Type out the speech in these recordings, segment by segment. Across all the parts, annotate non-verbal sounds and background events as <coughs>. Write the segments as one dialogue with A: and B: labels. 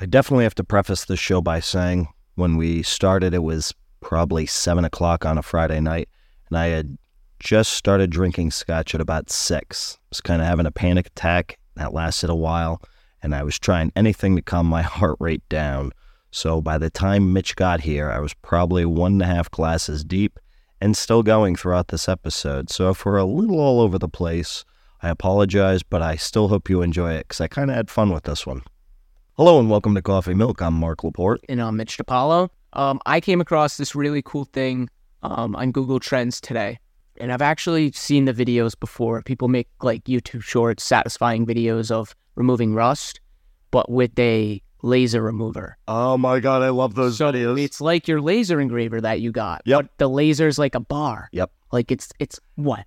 A: I definitely have to preface this show by saying when we started, it was probably seven o'clock on a Friday night, and I had just started drinking scotch at about six. I was kind of having a panic attack that lasted a while, and I was trying anything to calm my <laughs> heart rate down. So by the time Mitch got here, I was probably one and a half glasses deep and still going throughout this episode. So if we're a little all over the place, I apologize, but I still hope you enjoy it because I kind of had fun with this one. Hello and welcome to Coffee Milk. I'm Mark Laporte.
B: and uh, Mitch DiPaolo. Um, I came across this really cool thing um, on Google Trends today. And I've actually seen the videos before. People make like YouTube shorts, satisfying videos of removing rust, but with a laser remover.
A: Oh my God, I love those
B: So It's like your laser engraver that you got.
A: Yep.
B: But the laser's like a bar.
A: Yep.
B: Like it's it's what?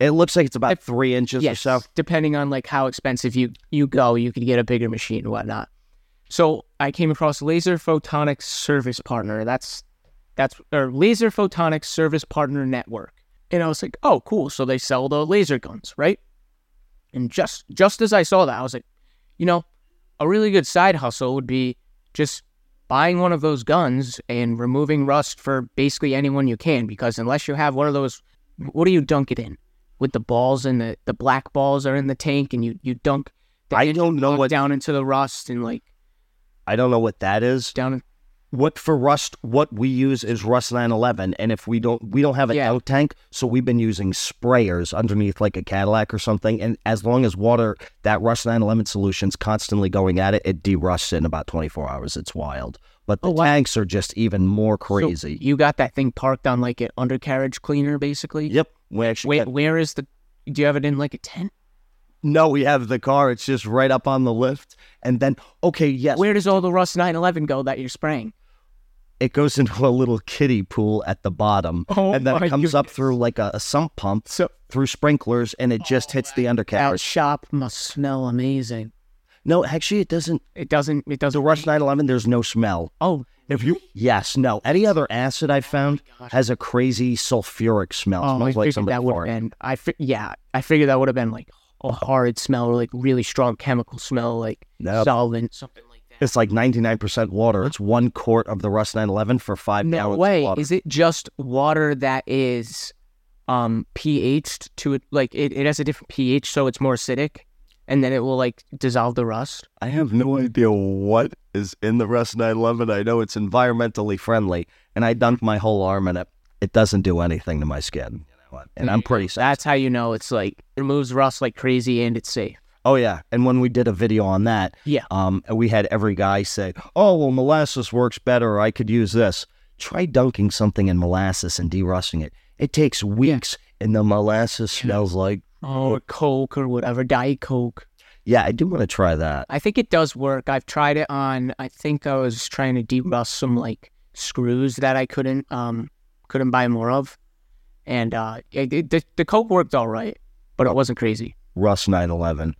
A: It looks like it's about three inches or
B: yes.
A: so.
B: Depending on like how expensive you you go, you could get a bigger machine and whatnot. So I came across Laser Photonics Service Partner. That's that's or Laser Photonics Service Partner Network. And I was like, oh, cool. So they sell the laser guns, right? And just just as I saw that, I was like, you know, a really good side hustle would be just buying one of those guns and removing rust for basically anyone you can, because unless you have one of those, what do you dunk it in? With the balls and the, the black balls are in the tank, and you you dunk. The
A: I don't know
B: dunk
A: what
B: down into the rust and like
A: I don't know what that is.
B: down. In,
A: What for Rust? What we use is Rust 911, and if we don't, we don't have an
B: Yeah.
A: out tank, so we've been using sprayers underneath like a Cadillac or something. And as long as water, that Rust 911 solution's constantly going at it, it derusts in about 24 hours. It's wild. But the
B: Oh, wow.
A: tanks are just even more
B: so
A: crazy.
B: you got that thing parked on like an undercarriage cleaner, basically.
A: yep. We actually
B: Wait, where is the? Do you have it in like a tent?
A: No, we have the car. It's just right up on the lift. And then, okay, yes,
B: Where does all the Rust 911 go that you're spraying?
A: it goes into a little kiddie pool at the bottom.
B: Oh
A: and then
B: my
A: it comes up
B: goodness.
A: through like a, a sump pump
B: So
A: through sprinklers and it
B: Oh
A: just hits the
B: that
A: undercarriage.
B: shop must smell amazing.
A: No, actually, it doesn't.
B: It doesn't. It doesn't.
A: The Rush 911, there's no smell.
B: Oh,
A: If you yes, no. Any other acid I found has a crazy sulfuric smell. It
B: oh I
A: smells like
B: figured
A: somebody
B: that would have
A: farted.
B: been. I fi- yeah, I figured that would have been like a hard smell, like really strong chemical smell, like
A: No.
B: solvent, something like that.
A: It's like 99% water. It's one quart of the Rust 911 for five
B: No
A: gallons
B: way.
A: of water.
B: Is it just water that is um pH'd to it? Like it, it has a different pH, so it's more acidic, and then it will like dissolve the rust.
A: I have no idea what is in the Rust 911. I know it's environmentally friendly, and I dunk my whole arm in it. It doesn't do anything to my skin. you know, And I'm pretty sad.
B: That's how you know it's like it removes rust like crazy and it's safe.
A: Oh, yeah. And when we did a video on that,
B: Yeah.
A: um, we had every guy say, Oh, well, molasses works better. I could use this. Try dunking something in molasses and derusting it. It takes weeks, and the molasses smells like. Oh,
B: Or Coke or whatever, Diet Coke.
A: Yeah, I do want to try that.
B: I think it does work. I've tried it on. I think I was trying to derust some like screws that I couldn't um couldn't buy more of, and uh it, it- the the Coke worked all right, but it wasn't crazy.
A: Russ 911.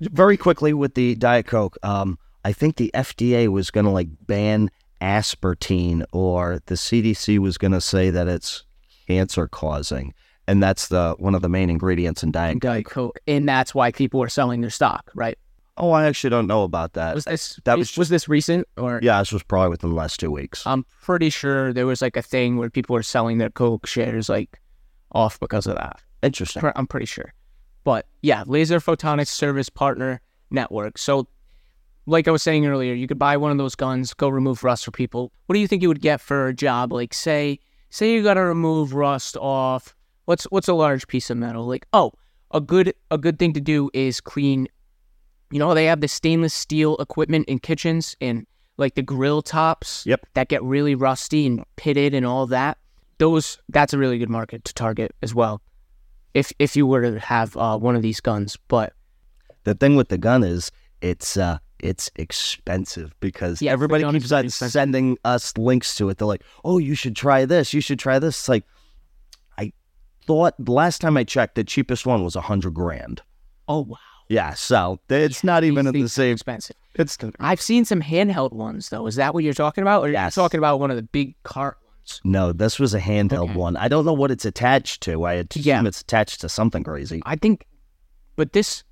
A: Very quickly with the Diet Coke, um, I think the FDA was going to like ban aspartine, or the CDC was going to say that it's cancer causing, and that's the one of the main ingredients in Diet. Coke.
B: Diet Coke, and that's why people were selling their stock, right?
A: Oh, I actually don't know about that.
B: Was this
A: that was
B: was this recent or?
A: Yeah, this was probably within the last two weeks.
B: I'm pretty sure there was like a thing where people were selling their Coke shares like off because of that.
A: Interesting.
B: Pre- I'm pretty sure, but yeah, Laser Photonics Service Partner Network. So, like I was saying earlier, you could buy one of those guns, go remove rust for people. What do you think you would get for a job? Like say say you got to remove rust off. What's what's a large piece of metal? Like oh, a good a good thing to do is clean you know, they have the stainless steel equipment in kitchens and like the grill tops
A: Yep.
B: that get really rusty and pitted and all that. Those that's a really good market to target as well. If if you were to have uh, one of these guns, but
A: The thing with the gun is it's uh it's expensive because
B: Yeah, the
A: everybody
B: gun is
A: keeps on
B: expensive.
A: sending us links to it. They're like, "Oh, you should try this. You should try this." It's like I thought last time I checked, the cheapest one was a hundred grand.
B: oh wow,
A: Yeah, so it's not even in
B: these
A: the
B: things are
A: same.
B: expensive.
A: It's
B: I've seen some handheld ones though. Is that what you're talking about? Or are
A: Yes.
B: you talking about one of the big cart ones?
A: no, this was a handheld
B: Okay.
A: one. I don't know what it's attached to. I assume
B: Yeah.
A: it's attached to something crazy.
B: I think, but this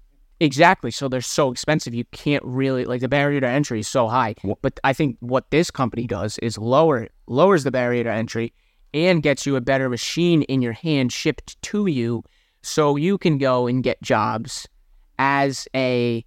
B: Exactly. So they're so expensive. You can't really like the barrier to entry is so high.
A: Wha-
B: But I think what this company does is lower lowers the barrier to entry and gets you a better machine in your hand shipped to you so you can go and get jobs as a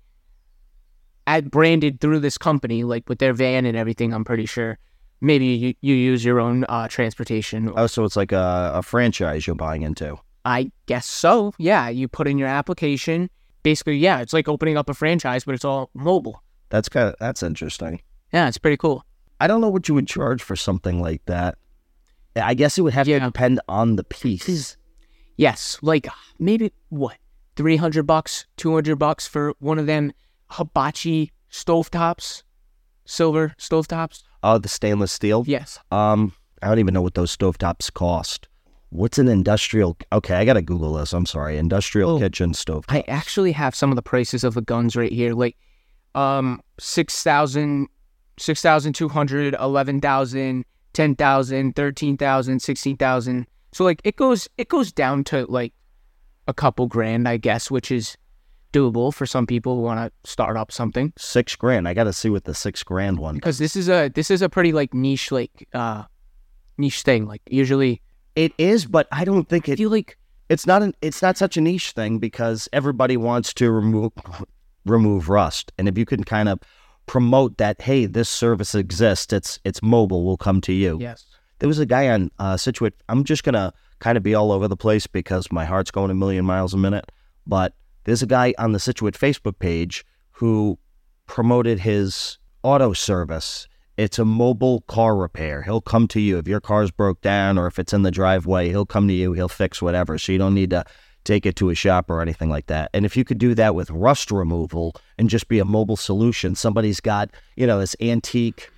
B: as branded through this company like with their van and everything I'm pretty sure. Maybe you, you use your own uh, transportation
A: Oh, so it's like a, a franchise you're buying into.
B: I guess so. Yeah, you put in your application. Basically, yeah, it's like opening up a franchise, but it's all mobile.
A: That's kind of that's interesting.
B: Yeah, it's pretty cool.
A: I don't know what you would charge for something like that. I guess it would have
B: Yeah.
A: to depend on the piece.
B: Yes, like maybe what three hundred bucks, two hundred bucks for one of them hibachi stovetops, silver stovetops.
A: Oh, the stainless steel.
B: Yes,
A: Um, I don't even know what those stovetops cost. What's an industrial? Okay, I gotta Google this. I'm sorry. Industrial
B: Oh.
A: kitchen stove.
B: I actually have some of the prices of the guns right here. Like, um, six thousand, six thousand two hundred, eleven thousand, ten thousand, thirteen thousand, sixteen thousand. So like, it goes it goes down to like a couple grand, I guess, which is doable for some people who want to start up something.
A: Six grand. I gotta see what the six grand one.
B: Because this is a this is a pretty like niche like uh niche thing. Like usually,
A: It is, but I don't think
B: if
A: it.
B: you like,
A: It's not an. It's not such a niche thing because everybody wants to remove remove rust, and if you can kind of promote that, hey, this service exists. It's it's mobile. We'll come to you.
B: yes,
A: There was a guy on uh, Situate. I'm just gonna kind of be all over the place because my heart's going a million miles a minute. But there's a guy on the Situate Facebook page who promoted his auto service. It's a mobile car repair. He'll come to you if your car's broke down or if it's in the driveway. He'll come to you. He'll fix whatever. So you don't need to take it to a shop or anything like that. And if you could do that with rust removal and just be a mobile solution, somebody's got you know this antique,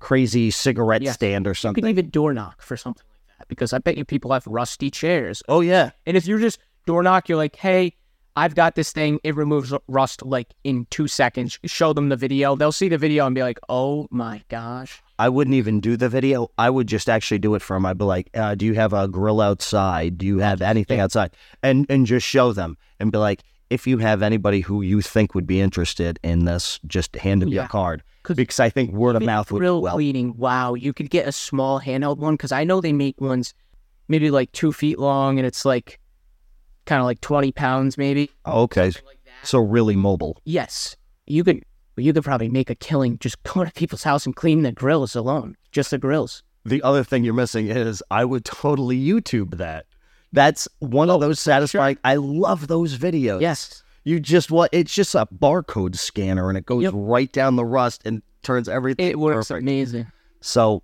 A: crazy cigarette
B: Yes.
A: stand or
B: you
A: something.
B: could even door knock for something like that. Because I bet you people have rusty chairs
A: Oh yeah.
B: And if you're just door knock, you're like, hey, I've got this thing. It removes rust like in two seconds. Show them the video. They'll see the video and be like, oh my gosh.
A: I wouldn't even do the video. I would just actually do it from. I'd be like, uh, "Do you have a grill outside? Do you have anything outside?" And and just show them and be like, "If you have anybody who you think would be interested in this, just hand them your
B: Yeah.
A: card."
B: 'Cause
A: Because I think word of mouth would
B: Grill
A: well.
B: cleaning. Wow. You could get a small handheld one because I know they make ones maybe like two feet long and it's like kind of like 20 pounds maybe.
A: Okay, so really mobile.
B: Yes. You could. You could probably make a killing just <laughs> going to people's house and clean the grills alone, just the grills.
A: The other thing you're missing is I would totally YouTube that. That's one of those satisfying. I love those videos.
B: Yes.
A: You just what? It's just a barcode scanner, and it goes
B: Yep.
A: right down the rust and turns everything.
B: It works
A: perfect.
B: amazing.
A: So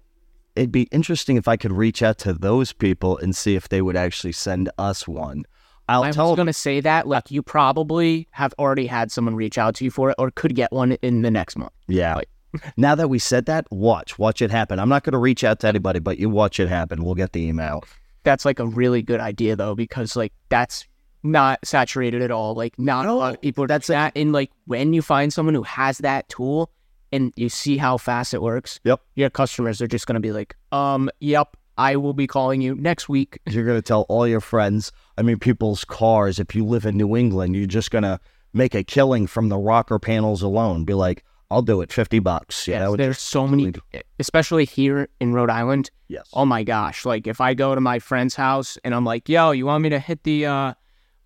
A: it'd be interesting if I could reach out to those people and see if they would actually send us one. I'll
B: I
A: tell
B: was going to say that. Like, you probably have already had someone reach out to you for it or could get one in the next month.
A: Yeah. <laughs> now that we said that, watch, watch it happen. I'm not going to reach out to anybody, but you watch it happen. We'll get the
B: <laughs>
A: email.
B: That's like a really good idea, though, because like that's not saturated at all. Like, not a lot of people. That's that. And like, when you find someone who has that tool and you see how fast it works,
A: Yep.
B: your customers are just going to be like, um, yep, I will be calling you next week.
A: You're going to tell all your friends. I mean, people's cars. If you live in New England, you're just going to make a killing from the rocker panels alone. Be like, I'll do it, 50 bucks. You
B: Yes,
A: know?
B: there's so many, e, especially here in Rhode Island.
A: Yes.
B: oh my gosh like if i go to my friend's house and i'm like yo you want me to hit the uh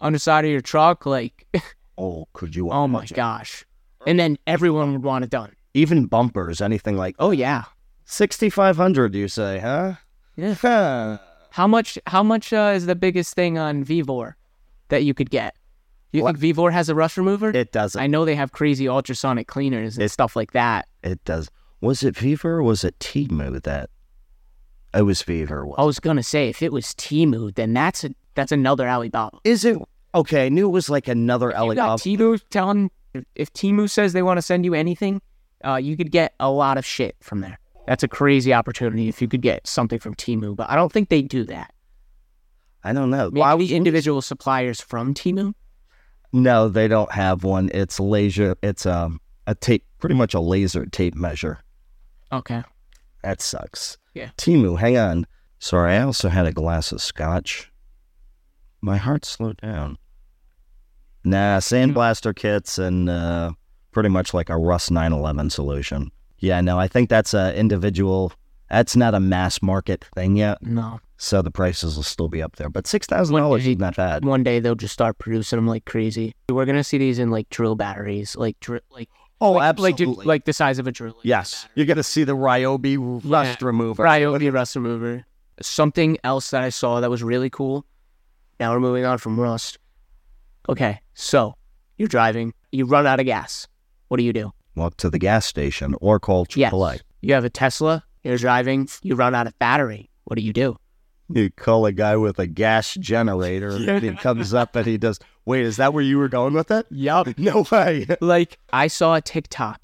B: underside of your truck like <laughs>
A: Oh, could you?
B: oh my
A: imagine?
B: gosh and then everyone would want it done
A: Even bumpers, anything like
B: oh yeah
A: 6,500, you say, huh?
B: Yeah.
A: Huh.
B: how much how much uh, is the biggest thing on vivor that you could get you think vivor has a rust remover
A: <laughs> It doesn't.
B: i know they have crazy ultrasonic cleaners and stuff like that
A: It does. Was it Fever or was it Timu with that? It was Fever.
B: i
A: What?
B: was gonna say if it was timu then that's a that's another alibaba
A: Is it? Okay, I knew it was like um, another
B: You got
A: Alibaba.
B: Timu telling if Timu says they want to send you anything, uh, you could get a lot of shit from there. That's a crazy opportunity if you could get something from Timu, but I don't think they do that.
A: I don't know.
B: Maybe individual suppliers from Timu.
A: No, they don't have one. It's laser. It's um, a tape, pretty much a laser tape measure.
B: Okay.
A: That sucks.
B: Yeah.
A: Timu, hang on. Sorry, I also had a glass of scotch. My heart slowed down. Nah, sandblaster kits and uh, pretty much like a Rust 911 solution. Yeah, no, I think that's a individual. That's not a mass market thing yet,
B: No.
A: so the prices will still be up there. But six thousand dollars is not bad.
B: One day they'll just start producing them like crazy. We're gonna see these in like drill batteries, like drill, like
A: Oh,
B: like, like, ju- like the size of a drill. Like
A: yes, you're gonna see the Ryobi rust remover.
B: Ryobi Rust Remover. Something else that I saw that was really cool. Now we're moving on from Rust. Okay, so you're driving, you run out of gas. What do you do?
A: Walk to the gas station or call
B: Yes.
A: AAA.
B: You have a Tesla, you're driving, you run out of battery. What do you do?
A: You call a guy with a gas generator,
B: <laughs>
A: and he comes up and he does. Wait, is that where you were going with it?
B: Yup.
A: <laughs> No way.
B: like I saw a TikTok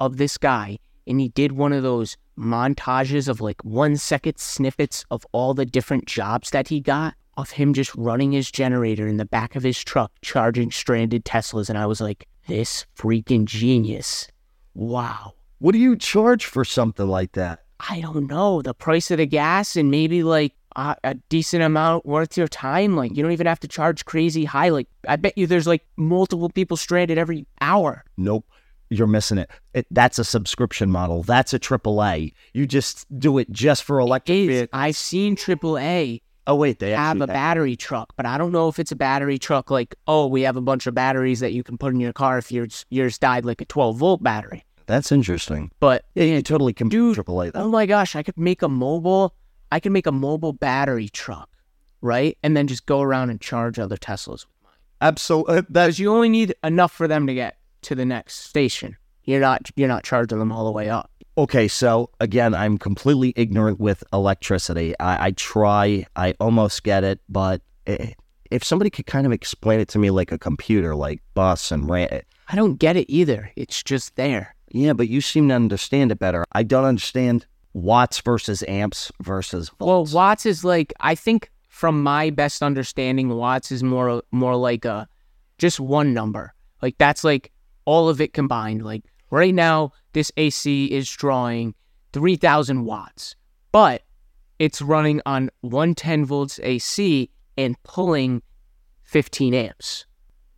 B: of this guy and he did one of those montages of like one second snippets of all the different jobs that he got of him just running his generator in the back of his truck charging stranded Teslas and I was like this freaking genius. Wow.
A: What do you charge for something like that?
B: I don't know, the price of the gas and maybe like a, a decent amount worth your time like you don't even have to charge crazy high like I bet you there's like multiple people stranded every hour.
A: Nope. You're missing it. it. That's a subscription model. That's a AAA. You just do it just for electric
B: Is
A: vehicle.
B: I've seen AAA
A: Oh wait, they
B: have
A: actually
B: a battery truck, but I don't know if it's a battery truck like, oh, we have a bunch of batteries that you can put in your car if yours yours died like a 12 volt battery.
A: That's interesting.
B: But
A: Yeah, you totally can
B: Dude,
A: AAA that.
B: oh my gosh, I could make a mobile, I could make a mobile battery truck, right? And then just go around and charge other Teslas.
A: Absolutely. uh, That
B: Because you only need enough for them to get to the next station. You're not you're not charging them all the way up.
A: Okay, so again, I'm completely ignorant with electricity. I, I try, I almost get it, but eh, if somebody could kind of explain it to me like a computer, like bus and rant,
B: I don't get it either. It's just there.
A: yeah, but you seem to understand it better. I don't understand watts versus amps versus
B: Well,
A: volts.
B: Watts is like I think from my best understanding, Watts is more more like a just one number. Like that's like all of it combined. Like right now, this AC is drawing three thousand watts, but it's running on one ten volts AC and pulling fifteen amps.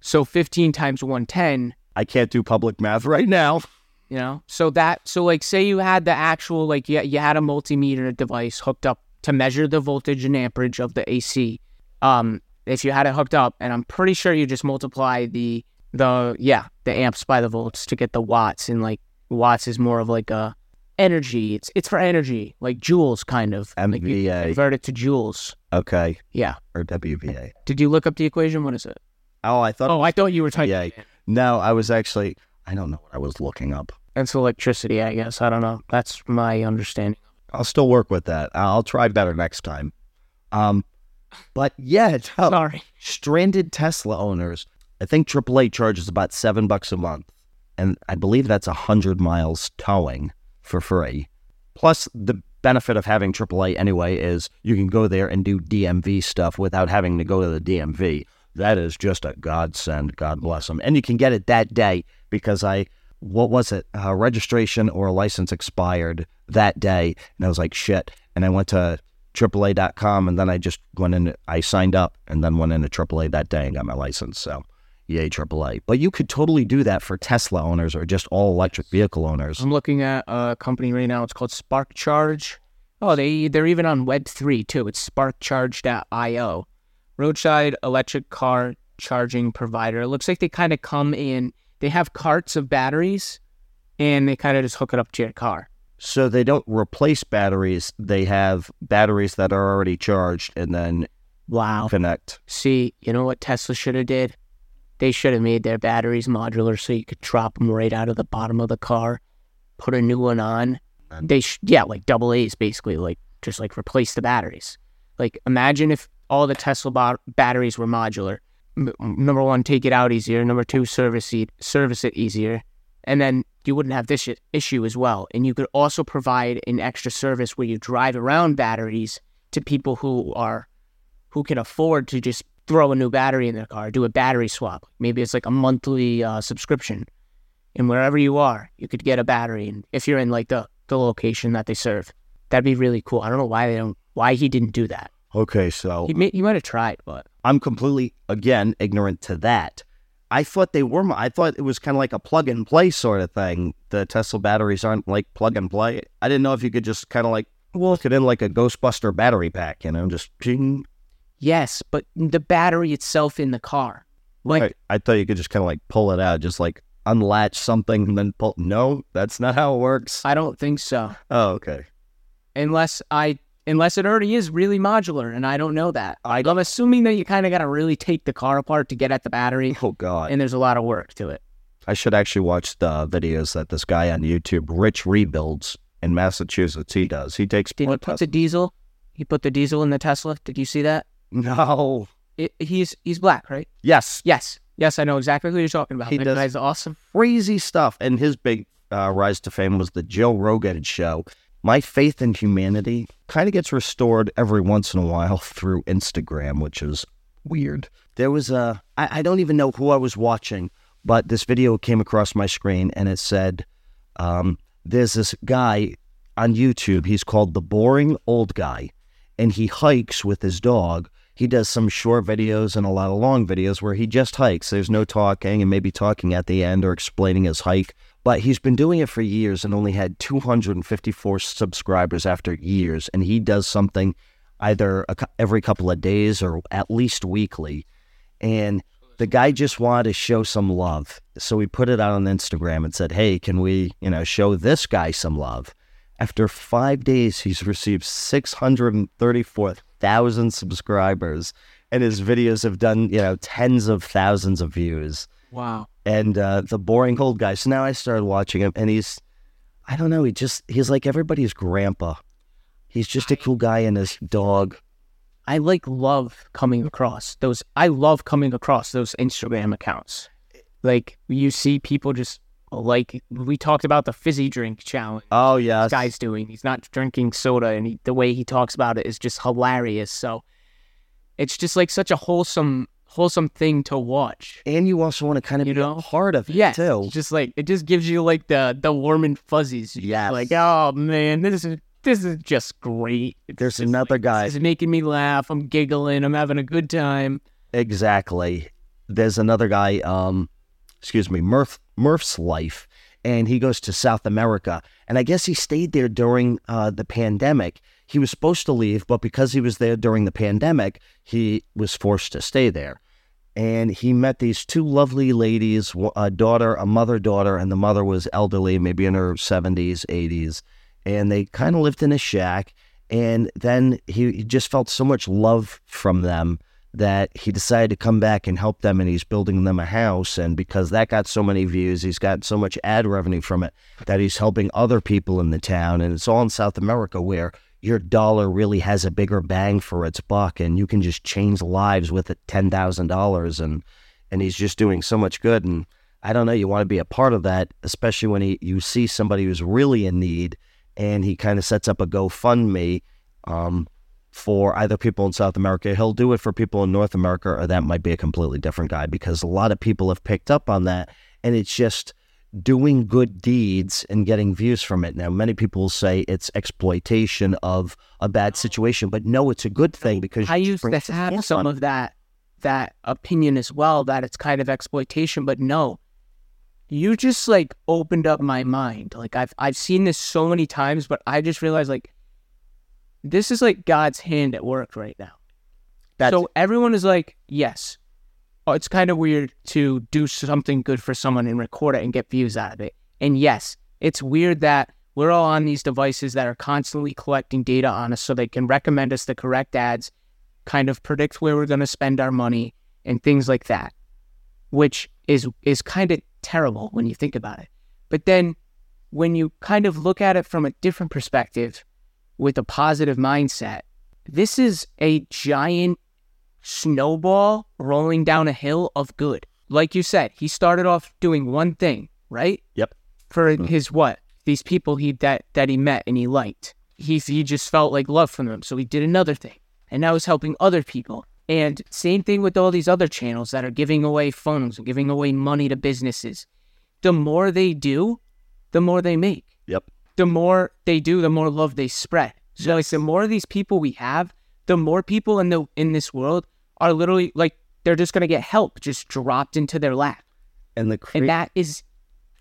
B: So fifteen times one ten
A: I can't do public math right now.
B: you know so that so like say you had the actual like you, you had a multimeter device hooked up to measure the voltage and amperage of the ac um if you had it hooked up and i'm pretty sure you just multiply the the yeah the amps by the volts to get the watts and like watts is more of like a energy it's it's for energy like joules kind of like you
A: MVA.
B: convert it to joules
A: Okay,
B: yeah
A: or WVA.
B: did you look up the equation what is it
A: Oh, I thought
B: oh i thought you were typing
A: Yeah.
B: it.
A: no. I was actually I don't know what I was looking up.
B: that's electricity i guess i don't know that's my understanding
A: I'll still work with that. I'll try better next time. Um, but yeah, no,
B: sorry
A: stranded Tesla owners. I think AAA charges about seven bucks a month, and I believe that's a hundred miles towing for free. Plus, the benefit of having AAA anyway is you can go there and do DMV stuff without having to go to the DMV. That is just a godsend. God bless them, and you can get it that day because I. What was it? Uh, registration or license expired that day, and I was like, "Shit!" And I went to AAA.com, and then I just went in. I signed up, and then went into AAA that day and got my license. So, yay AAA! But you could totally do that for Tesla owners or just all electric vehicle owners.
B: I'm looking at uh, a company right now. It's called Spark Charge. Oh, they they're even on Web three too. It's sparkcharge.io, roadside electric car charging provider. It looks like they kind of come in. They have carts of batteries, and they kind of just hook it up to your car.
A: So they don't replace batteries; they have batteries that are already charged and then
B: Wow.
A: connect.
B: See, you know what Tesla should have did? They should have made their batteries modular so you could drop them right out of the bottom of the car, put a new one on. They sh- yeah, like double A's basically, like just like replace the batteries. Like imagine if all the Tesla bo- batteries were modular. M- number one, take it out easier. Number two, service it service it easier, and then you wouldn't have this i- issue as well. And you could also provide an extra service where you drive around batteries to people who are who can afford to just throw a new battery in their car, do a battery swap. Maybe it's like a monthly uh, subscription, and wherever you are, you could get a battery. And if you're in like the the location that they serve, that'd be really cool. I don't know why they don't, why he didn't do that.
A: Okay, so
B: He may, he might have tried, but
A: I'm completely again ignorant to that. I thought they were. mo- I thought it was kind of like a plug and play sort of thing. The Tesla batteries aren't like plug and play. I didn't know if you could just kind of like well, it in like a Ghostbuster battery pack, you know, just ping.
B: Yes, but the battery itself in the car. Like
A: I, I thought you could just kind of like pull it out, just like unlatch something and then pull. No, that's not how it works.
B: I don't think so.
A: Oh, okay.
B: Unless I unless it already is really modular and I don't know that. I, I'm assuming that you kind of got to really take the car apart to get at the battery
A: Oh God,
B: and there's a lot of work to it.
A: I should actually watch the videos that this guy on YouTube, Rich Rebuilds in Massachusetts, he does. He takes
B: Did he
A: what
B: put the diesel? He put the diesel in the Tesla. Did you see that?
A: No.
B: It, he's he's black, right?
A: Yes.
B: Yes. Yes, I know exactly who you're talking about.
A: He
B: that
A: does-
B: guy's awesome.
A: Crazy stuff. And his big uh, rise to fame was the Joe Rogan show. My faith in humanity kind of gets restored every once in a while <laughs> through Instagram, which is weird. There was a, I, I don't even know who I was watching, but this video came across my screen and it said, um, there's this guy on YouTube. He's called the Boring Old Guy, and he hikes with his dog. He does some short videos and a lot of long videos where he just hikes. There's no talking and maybe talking at the end or explaining his hike. But he's been doing it for years and only had 254 subscribers after years. And he does something either a, cou- every couple of days or at least weekly and the guy just wanted to show some love. So he put it out on Instagram and said, "Hey, can we, you know, show this guy some love?" After 5 days, he's received 634,000 subscribers and his videos have done, you know, tens of thousands of views
B: Wow.
A: and uh, the boring old guy. So now I started watching him, and he's, I don't know, he just he's like everybody's grandpa. He's just a cool guy and his dog.
B: I like love coming across those. I love coming across those Instagram accounts. Like you see people just like we talked about the fizzy drink challenge.
A: Oh yeah,
B: This guy's doing. He's not drinking soda, and he, the way he talks about it is just hilarious. So it's just like such a wholesome, wholesome thing to watch.
A: And you also want to kind of
B: You
A: be
B: know?
A: a part of it
B: Yeah,
A: too.
B: it's just like it just gives you like the the warm and fuzzies. You're just
A: Yes.
B: like oh man, this is this is just great. It's
A: There's
B: just
A: another
B: like,
A: guy.
B: This is making me laugh. I'm giggling. I'm having a good time.
A: Exactly. There's another guy, um, excuse me, Murph Murph's life, and he goes to South America, and I guess he stayed there during uh, the pandemic. He was supposed to leave, but because he was there during the pandemic, he was forced to stay there. And he met these two lovely ladies, wa- a daughter, a mother daughter, and the mother was elderly, maybe in her 70s, 80s. And they kind of lived in a shack. And then he he just felt so much love from them that he decided to come back and help them and he's building them a house and because that got so many views he's got so much ad revenue from it that he's helping other people in the town and it's all in south america where your dollar really has a bigger bang for its buck and you can just change lives with it $10000 and and he's just doing so much good and i don't know you want to be a part of that especially when he, you see somebody who's really in need and he kind of sets up a gofundme um, for either people in South America. He'll do it for people in North America, or that might be a completely different guy because a lot of people have picked up on that. And it's just doing good deeds and getting views from it. Now, many people say it's exploitation of a bad situation, but no, it's a good thing because
B: Oh. I
A: you
B: used
A: bring
B: to have
A: focus
B: some
A: on it.
B: of that that opinion as well that it's kind of exploitation, but no. You just like opened up my mind. Like I've I've seen this so many times, but I just realized like this is like God's hand at work right now.
A: That's-
B: so everyone is like, yes. Oh, it's kind of weird to do something good for someone and record it and get views out of it. And yes, it's weird that we're all on these devices that are constantly collecting data on us so they can recommend us the correct ads, kind of predict where we're going to spend our money and things like that, which is is kind of terrible when you think about it. But then when you kind of look at it from a different perspective with a positive mindset, this is a giant snowball rolling down a hill of good. Like you said, he started off doing one thing, right?
A: Yep.
B: For his what? These people he that that he met and he liked. He he just felt like love from them, so he did another thing, and now he's helping other people. And same thing with all these other channels that are giving away phones and giving away money to businesses. The more they do, the more they make
A: Yep.
B: the more they do, the more love they spread. So like the more of these people we have, the more people in the in this world are literally like they're just going to get help just dropped into their lap.
C: And the cra-
B: And that is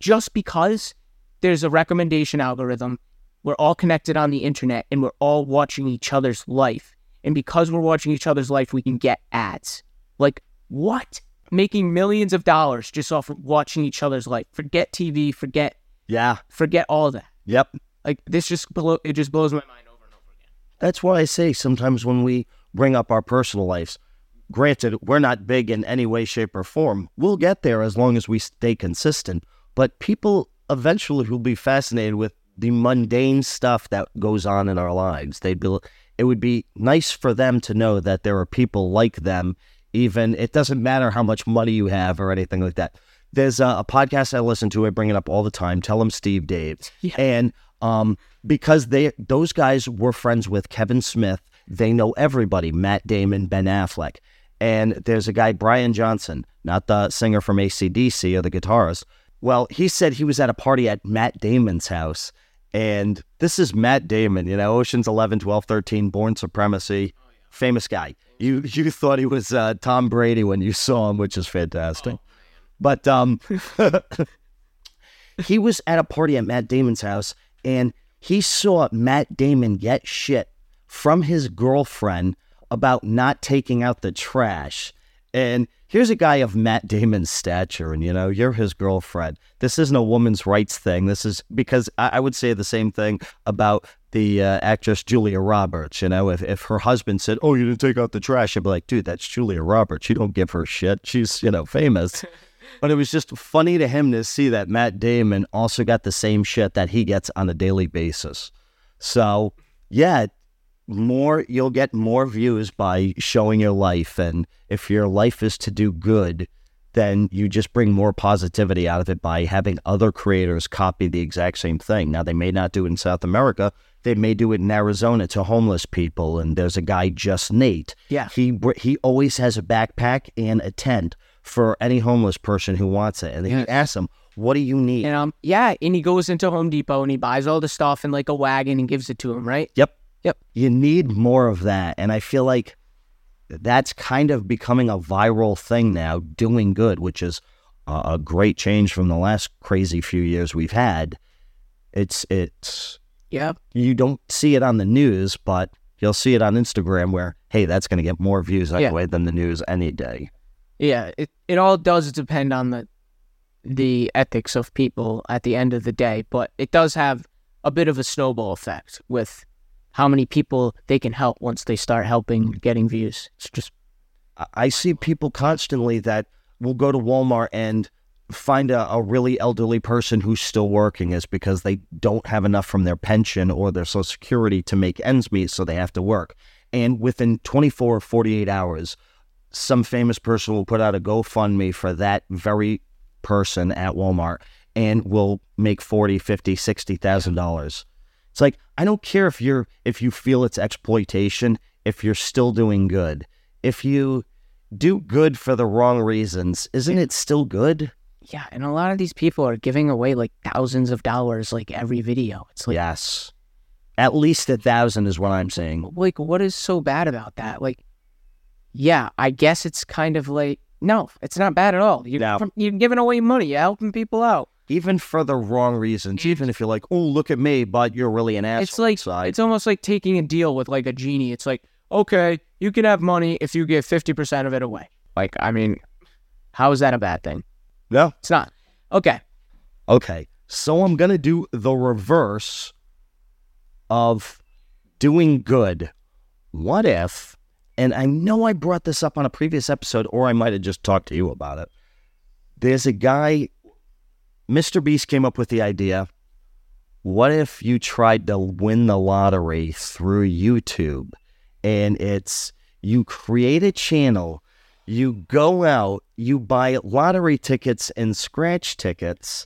B: just because there's a recommendation algorithm. We're all connected on the internet and we're all watching each other's life. And because we're watching each other's life, we can get ads. Like, what? Making millions of dollars just off of watching each other's life. Forget TV, forget
A: Yeah.
B: forget all that.
A: Yep.
B: Like this just blow it just blows my mind over and over again.
C: that's why I say sometimes when we
A: Bring up our personal lives. Granted, we're not big in any way, shape, or form. We'll get there as long as we stay consistent. But people eventually will be fascinated with the mundane stuff that goes on in our lives. They'd be, it would be nice for them to know that there are people like them. Even it doesn't matter how much money you have or anything like that. There's a, a podcast I listen to. I bring it up all the time. Tell them Steve Dave.
B: Yeah.
A: And um, because they those guys were friends with Kevin Smith, they know everybody. Matt Damon, Ben Affleck, and there's a guy Brian Johnson, not the singer from ACDC or the guitarist. Well, he said he was at a party at Matt Damon's house, and this is Matt Damon. You know, Ocean's 11, 12, 13, Born Supremacy, famous guy. You you thought he was uh, Tom Brady when you saw him, which is fantastic. But um, he was at a party at Matt Damon's house and he saw Matt Damon get shit from his girlfriend about not taking out the trash. And here's a guy of Matt Damon's stature, and you know, you're his girlfriend. This isn't a woman's rights thing. This is because I, I would say the same thing about the uh, actress Julia Roberts. You know, if, if her husband said, Oh, you didn't take out the trash, I'd be like, Dude, that's Julia Roberts. You don't give her shit. She's, you know, famous. But it was just funny to him to see that Matt Damon also got the same shit that he gets on a daily basis. So, yeah, more you'll get more views by showing your life and if your life is to do good, then you just bring more positivity out of it by having other creators copy the exact same thing. Now they may not do it in South America, they may do it in Arizona to homeless people and there's a guy just Nate
B: Yeah.
A: he br- he always has a backpack and a tent for any homeless person who wants it. And he asks them, "What do you need?"
B: And um yeah, and he goes into Home Depot and he buys all the stuff in like a wagon and gives it to him, right?
A: yep,
B: Yep.
A: You need more of that. And I feel like that's kind of becoming a viral thing now. Doing good, which is a, a great change from the last crazy few years we've had. It's it's
B: Yeah.
A: you don't see it on the news, but you'll see it on Instagram where hey, that's going to get more views
B: Yeah.
A: anyway than the news any day.
B: Yeah. It it all does depend on the the ethics of people at the end of the day, but it does have a bit of a snowball effect with how many people they can help once they start helping getting views. It's just
A: I- I see people constantly that will go to Walmart and find a, a really elderly person who's still working is because they don't have enough from their pension or their social security to make ends meet, so they have to work. And within 24 or 48 hours, some famous person will put out a GoFundMe for that very person at Walmart and will make 40, 50, 60,000 dollars. It's like I don't care if you're if you feel it's exploitation, if you're still doing good. If you do good for the wrong reasons, isn't it still good?
B: yeah, and a lot of these people are giving away like thousands of dollars like every video. It's like
A: Yes. At least a thousand is what I'm saying.
B: like what is so bad about that like yeah i guess it's kind of like no it's not bad at all you're,
A: No.
B: from- you're giving away money you're helping people out
A: Even for the wrong reasons, even if you're like, oh, look at me, but you're really an asshole.
B: it's like
A: So I-
B: it's almost like taking a deal with like a genie it's like okay you can have money if you give 50% of it away like i mean how is that a bad thing
A: no.
B: it's not okay
A: Okay. So I'm going to do the reverse of doing good. What if, and I know I brought this up on a previous episode, or I might have just talked to you about it. There's a guy, Mr. Beast came up with the idea. What if you tried to win the lottery through YouTube? And it's you create a channel, you go out, you buy lottery tickets and scratch tickets,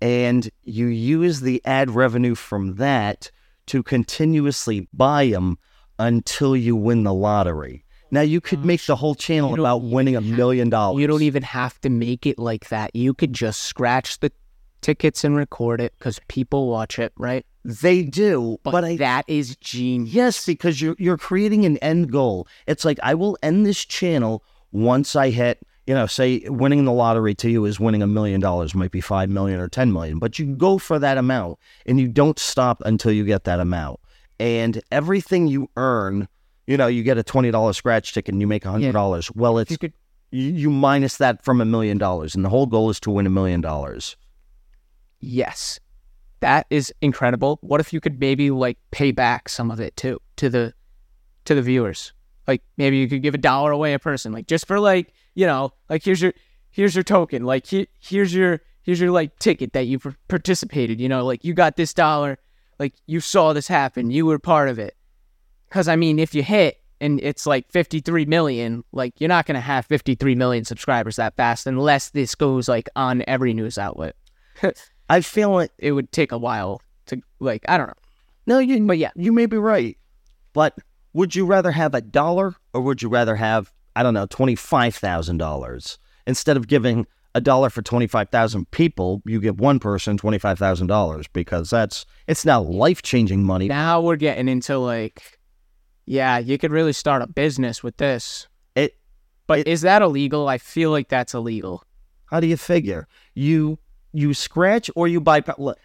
A: and you use the ad revenue from that to continuously buy them until you win the lottery. Now you could make the whole channel
B: Uh, You don't
A: about winning a million dollars.
B: you don't even have to make it like that you could just scratch the tickets and record it because people watch it right
A: They do,
B: but,
A: but, I
B: that is genius
A: yes, because you're you're creating an end goal. It's like I will end this channel once I hit, you know, say winning the lottery to you is winning a million dollars, might be five million or ten million, but you go for that amount and you don't stop until you get that amount. And everything you earn, you know, you get a twenty dollar scratch ticket and you make a hundred dollars. Well, it's
B: You could
A: you, you minus that from a million dollars, and the whole goal is to win a million dollars.
B: Yes. That is incredible. What if you could maybe like pay back some of it too to the to the viewers? Like maybe you could give a dollar away a person, like just for like, you know, like here's your here's your token. Like he, here's your here's your like ticket that you par- participated, you know, like you got this dollar, like you saw this happen, you were part of it. Cuz I mean, if you hit and it's like 53 million, like you're not going to have 53 million subscribers that fast unless this goes like on every news outlet.
A: I feel like
B: it would take a while to like I don't know.
A: no, you
B: But yeah,
A: you may be right, but would you rather have a dollar or would you rather have I don't know twenty five thousand dollars instead of giving a dollar for twenty five thousand people? You give one person twenty five thousand dollars because that's it's not life changing money.
B: now we're getting into like yeah, you could really start a business with this.
A: It
B: But is that illegal? I feel like that's illegal.
A: How do you figure? You you scratch or you bypass? Look,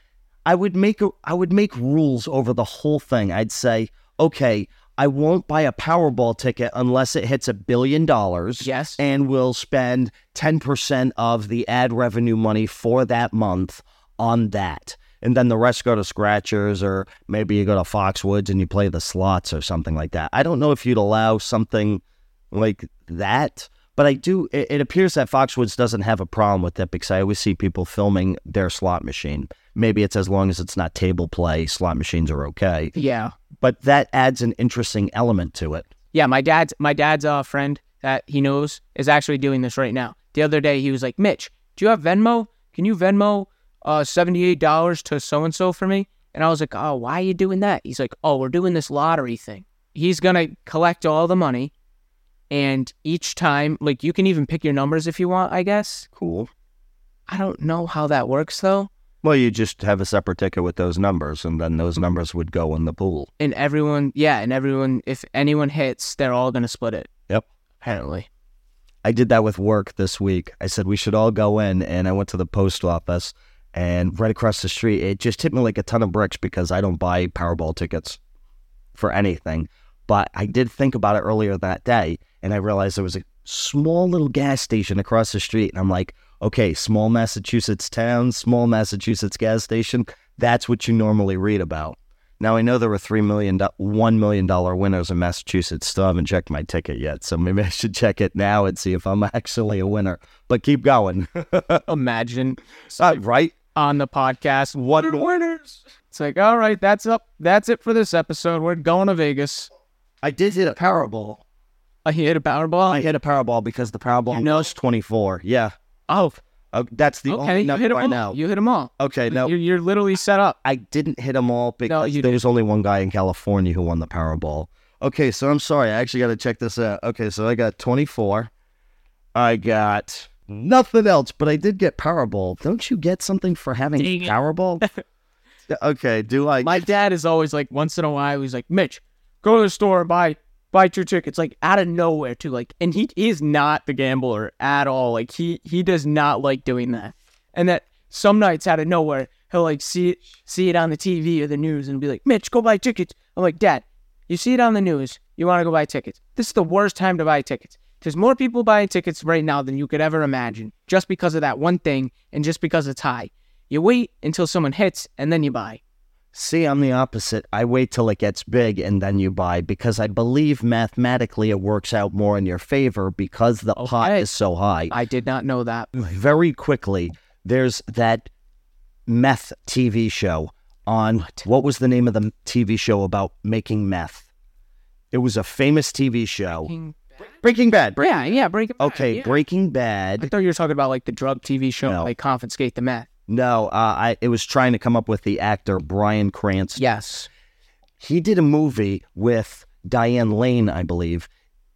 A: I would make a, I would make rules over the whole thing. I'd say, okay, I won't buy a Powerball ticket unless it hits a billion dollars.
B: Yes.
A: and we'll spend ten percent of the ad revenue money for that month on that. And then the rest go to scratchers, or maybe you go to Foxwoods and you play the slots or something like that. I don't know if you'd allow something like that. But I do. It, it appears that Foxwoods doesn't have a problem with it because I always see people filming their slot machine. Maybe it's as long as it's not table play. Slot machines are okay,
B: Yeah.
A: but that adds an interesting element to it.
B: Yeah, my dad's my dad's uh friend that he knows is actually doing this right now. The other day he was like, Mitch, do you have Venmo? Can you Venmo uh seventy eight dollars to so and so for me? And I was like, Oh, why are you doing that? He's like, Oh, we're doing this lottery thing. He's gonna collect all the money and each time like you can even pick your numbers if you want, I guess.
A: Cool.
B: I don't know how that works though.
D: Well, you just have a separate ticket with those numbers, and then those numbers would go in the pool.
B: And everyone yeah, and everyone if anyone hits, they're all gonna split it.
D: Yep.
B: Apparently.
D: I did that with work this week. I said we should all go in, and I went to the post office, and right across the street, it just hit me like a ton of bricks because I don't buy Powerball tickets for anything. But I did think about it earlier that day, and I realized there was a small little gas station across the street, and I'm like, okay, small Massachusetts town, small Massachusetts gas station. That's what you normally read about. Now I know there were three million, do- one million dollar winners in Massachusetts. Still haven't checked my ticket yet, so maybe I should check it now and see if I'm <laughs> actually a winner. But keep going, <laughs>
B: Imagine
D: Uh, right?
B: on the podcast. What winners? It's like, all right, that's up. That's it for this episode. We're going to Vegas.
A: I did hit a Powerball.
B: I hit a Powerball.
A: I hit a Powerball because the Powerball
B: know-
A: was 24. Yeah,
B: oh,
A: uh, that's the
B: okay.
A: only
B: You hit
A: number
B: them
A: I
B: all.
A: know.
B: You hit them all.
A: Okay, no,
B: You're, you're literally set up.
A: I didn't hit them all because
B: you
A: there was only one guy in California who won the Powerball. Okay, so I'm sorry. I actually got to check this out. Okay, so I got 24. I got nothing else, but I did get Powerball. Don't you get something for having
B: Dang it. <laughs>
A: Powerball? okay, do I?
B: My dad is always like, once in a while, he's like, Mitch, go to the store and buy buy two tickets. Like out of nowhere, too. Like, and he, he is not the gambler at all. Like he he does not like doing that. And that some nights out of nowhere, he'll like see it see it on the TV or the news and be like, Mitch, go buy tickets. I'm like, Dad, you see it on the news. You want to go buy tickets. This is the worst time to buy tickets. There's more people buying tickets right now than you could ever imagine, just because of that one thing and just because it's high. You wait until someone hits and then you buy.
A: See, I'm the opposite. I wait till it gets big and then you buy because I believe mathematically it works out more in your favor because the pot
B: Okay.
A: is so high.
B: I did not know that.
A: very quickly, there's that meth TV show on what? was the name of the TV show about making meth? It was a famous TV show. Breaking Bad. Bre-
B: Yeah, yeah, break it. back,
A: okay,
B: yeah.
A: Breaking
B: I
A: Bad.
B: thought you were talking about like the drug TV show,
A: No.
B: like confiscate the meth.
A: No, uh, I it was trying to come up with the actor Brian Cranston.
B: Yes.
A: he did a movie with Diane Lane, I believe.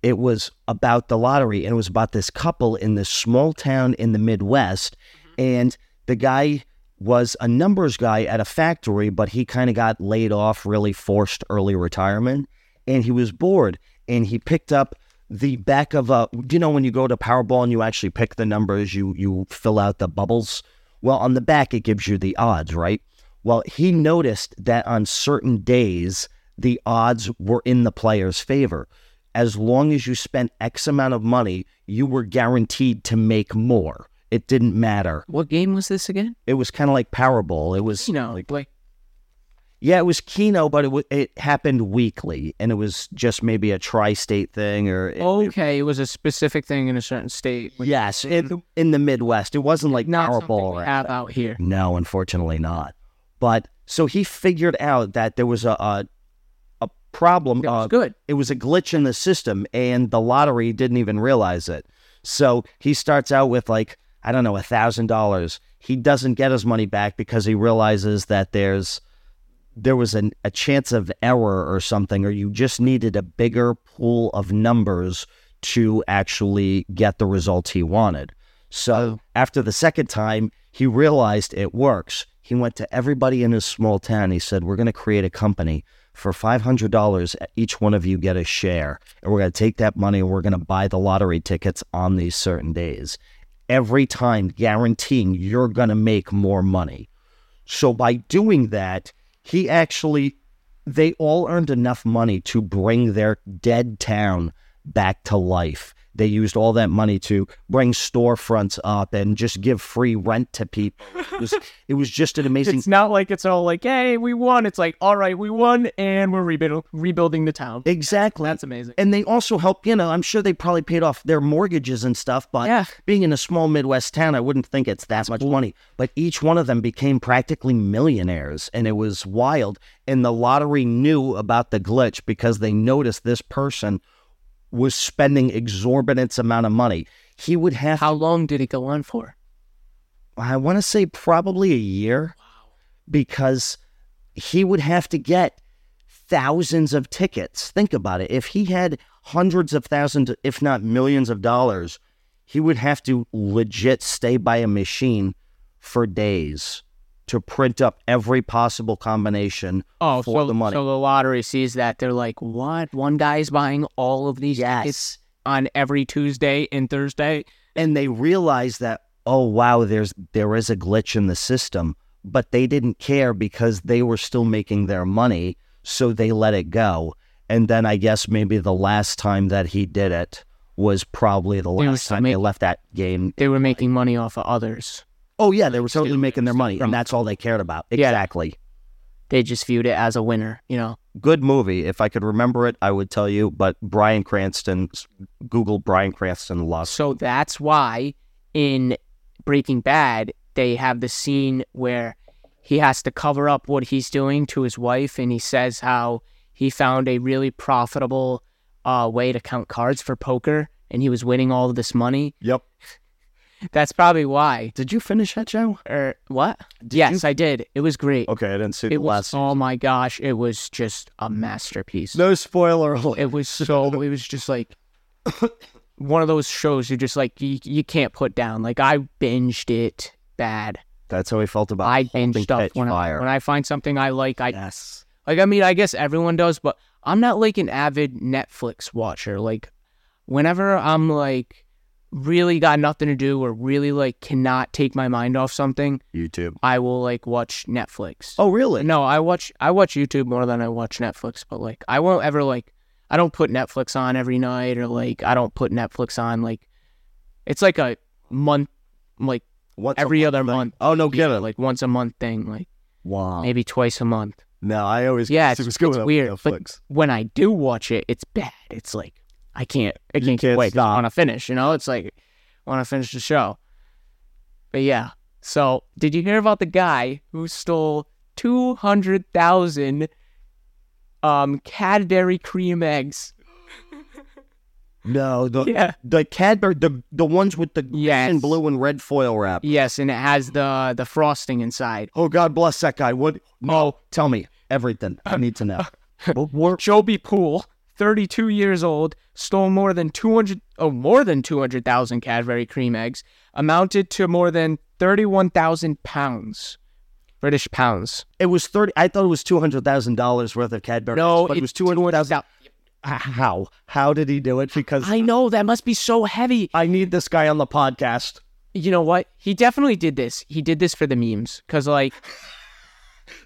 A: It was about the lottery and it was about this couple in this small town in the Midwest. And the guy was a numbers guy at a factory, but he kind of got laid off, really forced early retirement. And he was bored and he picked up the back of a you know when you go to Powerball and you actually pick the numbers, you you fill out the bubbles. Well, on the back it gives you the odds, right? Well, he noticed that on certain days the odds were in the player's favor. As long as you spent X amount of money, you were guaranteed to make more. It didn't matter.
B: What game was this again?
A: It was kind of like Powerball. It was
B: You know,
A: like-
B: like,
A: yeah, it was Keno, but it was, it happened weekly, and it was just maybe a tri-state thing or
B: okay, it was a specific thing in a certain state. which-
A: Yes, in, in the Midwest. It wasn't like
B: mm-hmm. not
A: Powerball.
B: something
A: or
B: we have out here.
A: No, unfortunately not. But so he figured out that there was a a, a problem.
B: That was
A: uh,
B: good.
A: It was a glitch in the system, and the lottery didn't even realize it. So he starts out with like I don't know a thousand dollars. He doesn't get his money back because he realizes that there's there was an, a chance of error or something, or you just needed a bigger pool of numbers to actually get the results he wanted. So after the second time, he realized it works. He went to everybody in his small town. He said, We're going to create a company. For $500, each one of you get a share. And we're going to take that money and we're going to buy the lottery tickets on these certain days. Every time, guaranteeing you're going to make more money. So by doing that, he actually they all earned enough money to bring their dead town back to life. They used all that money to bring storefronts up and just give free rent to people. It was, it was just an amazing
B: It's not like it's all like, hey, we won. It's like, all right, we won, and we're rebuild- rebuilding the town.
A: Exactly.
B: That's amazing.
A: And they also help, you know, I'm sure they probably paid off their mortgages and stuff, but
B: Yeah.
A: being in a small Midwest town, I wouldn't think it's that much money. But each one of them became practically millionaires, and it was wild. And the lottery knew about the glitch because they noticed this person was spending exorbitant amount of money. He would have,
B: How long did it go on for?
A: I want to say, probably a year because he would have to get thousands of tickets. Think about it. If he had hundreds of thousands, if not millions of dollars, he would have to legit stay by a machine for days to print up every possible combination
B: Oh,
A: for
B: so
A: the money.
B: so the lottery sees that they're like, what? One guy's buying all of these tickets on every Tuesday and Thursday.
A: and they realized that oh wow there's there is a glitch in the system but they didn't care because they were still making their money so they let it go and then i guess maybe the last time that he did it was probably the
B: were
A: last
B: still
A: time they
B: making-
A: left that game
B: They were making money off of others.
A: oh yeah they were totally making their money
B: from-
A: and that's all they cared about
B: Yeah.
A: exactly
B: They just viewed it as a winner, you know.
A: good movie if i could remember it i would tell you but brian cranston google brian cranston lost
B: So that's why in Breaking Bad, they have the scene where he has to cover up what he's doing to his wife, and he says how he found a really profitable uh, way to count cards for poker, and he was winning all of this money.
A: yep
B: That's probably why.
A: did you finish that show
B: Or what? yes, I did. It was great.
A: okay i didn't see
B: it was. Oh my gosh! It was just a masterpiece.
A: no spoiler alert
B: It was so. It was just like <coughs> one of those shows you just like you, you can't put down. Like I binged it bad.
A: That's how he felt about
B: I
A: Holding
B: binge stuff
A: Catch
B: when I,
A: fire.
B: when I find something I like. I
A: yes.
B: like. I mean, I guess everyone does, but I'm not like an avid Netflix watcher. Like whenever I'm like really got nothing to do or really like cannot take my mind off something,
A: YouTube.
B: I will like watch Netflix.
A: Oh, really?
B: No, I watch I watch YouTube more than I watch Netflix, but like I won't ever like I don't put Netflix on every night or like I don't put Netflix on like it's like a month like
A: What's
B: every other month.
A: Oh no, get it. Oh.
B: Like once a month thing, like
A: wow.
B: maybe twice a month.
A: No, I always
B: Yeah,
A: it
B: it's,
A: was good
B: it's
A: with
B: weird.
A: Netflix.
B: But when I do watch it, it's bad. It's like I can't I can't,
A: can't
B: wait.
A: stop.
B: I wanna finish, you know? It's like I wanna finish the show. But yeah. So did you hear about the guy who stole two hundred thousand um Cadbury cream eggs?
A: No, the
B: Yeah.
A: the Cadbury the the ones with the green
B: Yes.
A: and blue and red foil wrap.
B: Yes, and it has the the frosting inside.
A: Oh God bless that guy.
B: Oh.
A: What no, tell me everything. I need to
B: <laughs>
A: know. What were-
B: Joby Poole, 32 years old, stole more than 200 oh more than 200,000 Cadbury cream eggs, amounted to more than 31,000 pounds. British pounds.
A: it was thirty I thought it was two hundred thousand dollars worth of Cadbury.
B: No,
A: but it was
B: it's 200,000.
A: h- how? How did he do it? Because
B: I know that must be so heavy.
A: I need this guy on the podcast.
B: You know what? He definitely did this. He did this for the memes because like,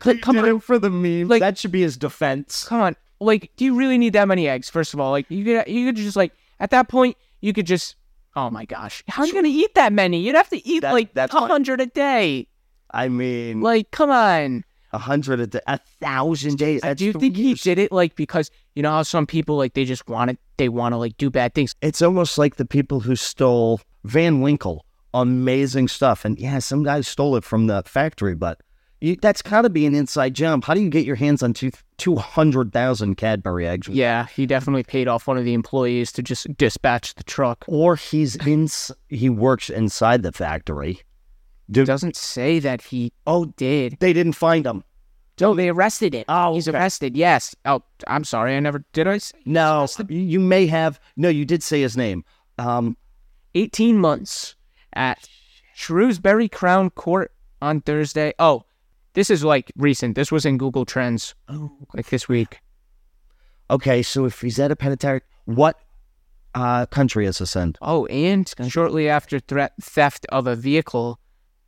B: Cl- come
A: Did
B: on,
A: it for the meme.
B: like-
A: that should be his defense.
B: come on. Like, do you really need that many eggs? First of all, like you could you could just like at that point you could just oh my gosh, how are you gonna eat that many? You'd have to eat
A: That-
B: like a
A: that's fine.
B: hundred a day.
A: I mean,
B: Like, come on.
A: a hundred a day, a thousand days. That's
B: do you
A: three
B: think he
A: years.
B: did it like because you know how some people like they just want to they want to like do bad things?
A: It's almost like the people who stole Van Winkle. Amazing stuff. And yeah, some guys stole it from the factory, but you, that's got to be an inside jump. How do you get your hands on two, 200,000 Cadbury eggs?
B: Yeah, he definitely paid off one of the employees to just dispatch the truck.
A: Or he's in, he works inside the factory. Dude,
B: Doesn't say that he oh did.
A: they didn't find him.
B: No, they arrested it.
A: Oh,
B: he's arrested. Yes. Oh, I'm sorry. I never did. I say
A: No, you you may have. No, you did say his name. Um,
B: 18 months at Shrewsbury Crown Court on Thursday. Oh, this is like recent. This was in Google Trends like this week.
A: okay, so if he's at a penitentiary, what uh, country is this in?
B: Oh, and shortly after threat theft of a vehicle,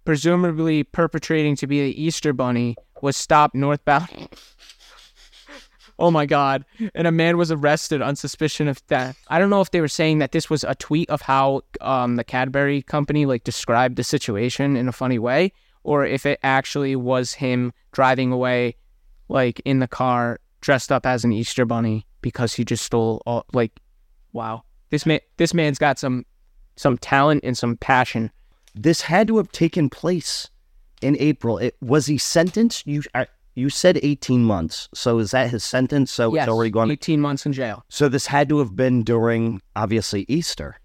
B: presumably perpetrating to be the Easter Bunny, was stopped northbound. <laughs> oh my God! And a man was arrested on suspicion of theft. I don't know if they were saying that this was a tweet of how um, the Cadbury company like described the situation in a funny way, or if it actually was him driving away, like in the car dressed up as an Easter Bunny because he just stole all like Wow. This man this man's got some some talent and some passion.
A: This had to have taken place in April. It, was he sentenced? You uh, you said eighteen months. So is that his sentence? So it's already gone.
B: 18 months in jail.
A: so this had to have been during obviously Easter.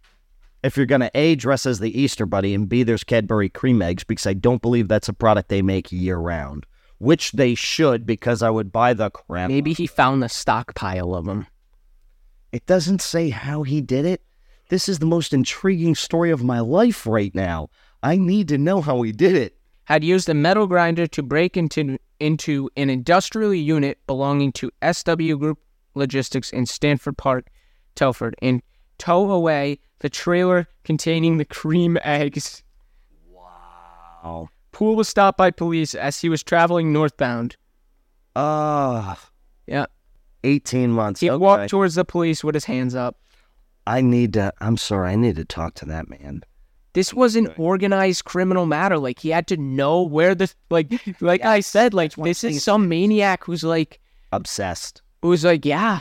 A: If you're gonna a dress as the Easter Bunny and b there's Cadbury cream eggs because I don't believe that's a product they make year round, which they should because I would buy the crap.
B: Maybe he found the stockpile of them.
A: It doesn't say how he did it. This is the most intriguing story of my life right now. I need to know how he did it.
B: Had used a metal grinder to break into into an industrial unit belonging to SW Group Logistics in Stanford Park, Telford, and tow away the trailer containing the cream eggs.
A: Oh.
B: Poole was stopped by police as he was traveling northbound.
A: Ah,
B: Yeah.
A: 18 months.
B: He
A: okay.
B: walked towards the police with his hands up.
A: I need to, I'm sorry, I need to talk to that man.
B: this was an organized criminal matter. Like he had to know where the
A: <laughs>
B: like like I said, like this is some maniac who's like
A: Obsessed.
B: who's like, yeah,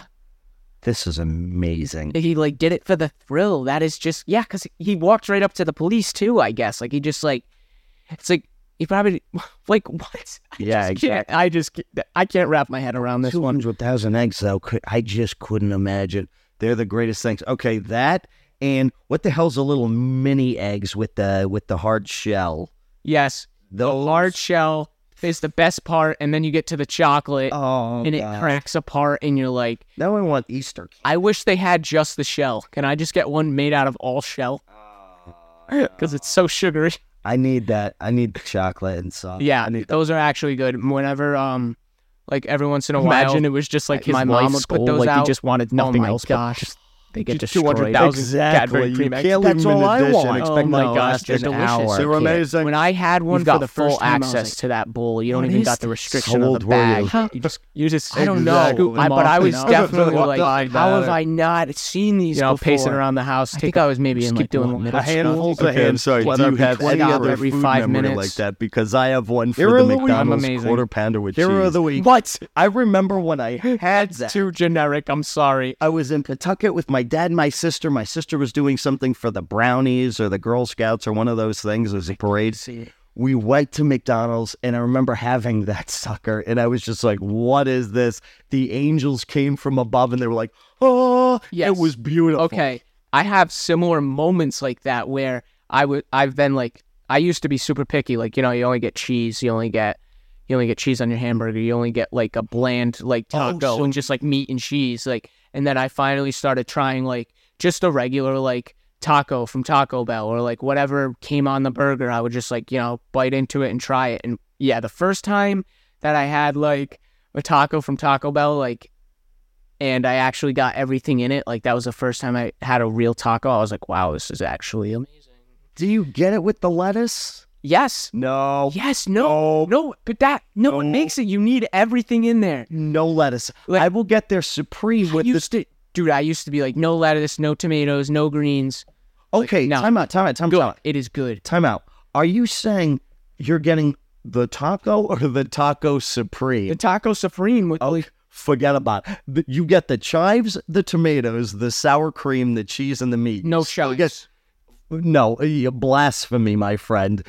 A: This is amazing.
B: he like did it for the thrill. That is just yeah, because he walked right up to the police too. I guess like he just like it's like he probably <laughs> like what? <laughs> I
A: Yeah,
B: just can't- I just can't- I can't wrap my head around this one.
A: 200,000 eggs, though, could, I just couldn't imagine. They're the greatest things. Okay, that and what the hell's the little mini eggs with the with the hard shell?
B: Yes,
A: The
B: large shell is the best part, and then you get to the chocolate.
A: Oh,
B: and it
A: God.
B: cracks apart, and you're like,
A: now I want Easter.
B: I wish they had just the shell. Can I just get one made out of all shell? <laughs> Because it's so sugary.
A: I need that. I need the chocolate and sauce.
B: Yeah,
A: I need
B: those are actually good. Whenever, um, like every once in a while,
E: Imagine it was just like his
B: my
E: life's
B: mom would put
E: goal,
B: those
E: like
B: out.
E: he just wanted
B: Oh
E: nothing
B: my
E: else.
B: gosh.
E: But just, they
B: get
E: get
B: destroyed.
E: destroyed.
B: 200,000 Cadbury
E: You
B: cream eggs.
E: can't leave
A: That's
E: them in
A: all
E: the
A: I
E: dish
A: want.
E: and
B: oh
E: expect
B: my
E: them to
B: gosh,
E: last
B: they're
E: an
B: delicious.
E: hour.
B: They were
E: Kid.
B: When I had one
E: You've
B: for
E: got
B: the
E: full
B: first time, I was
E: access
B: like,
E: to that bowl. You
B: "What
E: don't even
B: is
E: got the
B: this?"
E: restriction
A: How
E: on
A: old
E: the
A: were you?
E: bag. You just, you just,
B: I don't know,
E: Exactly.
B: I, but I was
E: Exactly.
B: definitely
E: What
B: like,
E: the-
B: how have I not seen these?
E: You know,
B: before?
E: pacing around the house.
B: I
E: take
B: think I was maybe in
E: just
B: like
E: keep doing
B: doing
E: little
B: middle
E: handfuls
B: school.
E: Okay,
F: I'm sorry.
B: whether
F: Do you
B: it be
F: have any
B: 20 or
F: other
B: every
F: food
B: five
F: memory
B: minutes.
F: like that? Because I have one for
A: Hero
F: the
A: of the week. I'm
F: McDonald's
B: amazing.
F: quarter pounder with
A: Hero
F: cheese.
A: of the week.
B: What?
A: I remember when I had that.
B: Too generic. I'm sorry.
A: I was in Pawtucket with my dad and my sister. My sister was doing something for the Brownies or the Girl Scouts or one of those things. It was a parade. We went to McDonald's and I remember having that sucker. And I was just like, what is this? The angels came from above and they were like, oh,
B: Yes.
A: it was beautiful.
B: Okay. I have similar moments like that where I would I've been like I used to be super picky. Like, you know, you only get cheese, you only get you only get cheese on your hamburger, you only get like a bland like
A: Oh,
B: taco and just like meat and cheese. Like and then I finally started trying like just a regular like taco from Taco Bell or like whatever came on the burger, I would just like, you know, bite into it and try it. And yeah, the first time that I had like a taco from Taco Bell, like and I actually got everything in it. Like that was the first time I had a real taco. I was like, wow, this is actually amazing.
A: Do you get it with the lettuce?
B: Yes.
A: No. Oh,
B: Yes, no, no, but that no, it makes it. You need everything in there.
A: No lettuce. I will get their supreme with the
B: used to, dude, I used to be like, no lettuce, no tomatoes, no greens.
A: Okay,
B: no.
A: time out, time out, time out,
B: It is good.
A: time out. Are you saying you're getting the taco or the taco supreme?
B: The taco supreme
A: Oh,
B: with like,
A: Forget about it. The- You get the chives, the tomatoes, the sour cream, the cheese, and the meat.
B: no shells.
A: guess- No, you blasphemy, my friend.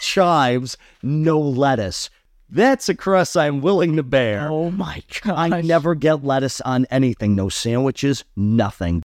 A: Chives, no lettuce. That's a crust I'm willing to bear.
B: Oh my
A: <laughs>
B: god!
A: I never get lettuce on anything. No sandwiches, nothing.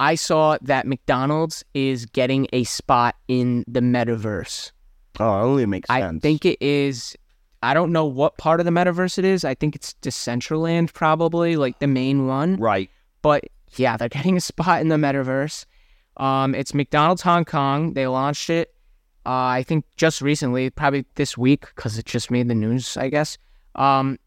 B: I saw that McDonald's is getting a spot in the metaverse.
A: Oh, it only makes
B: I
A: sense.
B: think it is. I don't know what part of the metaverse it is. I think it's Decentraland, probably like the main one.
A: right.
B: But yeah, they're <laughs> getting a spot in the metaverse. Um, it's McDonald's Hong Kong. They launched it, uh, I think, just recently, probably this week, because it just made the news, I guess. Um,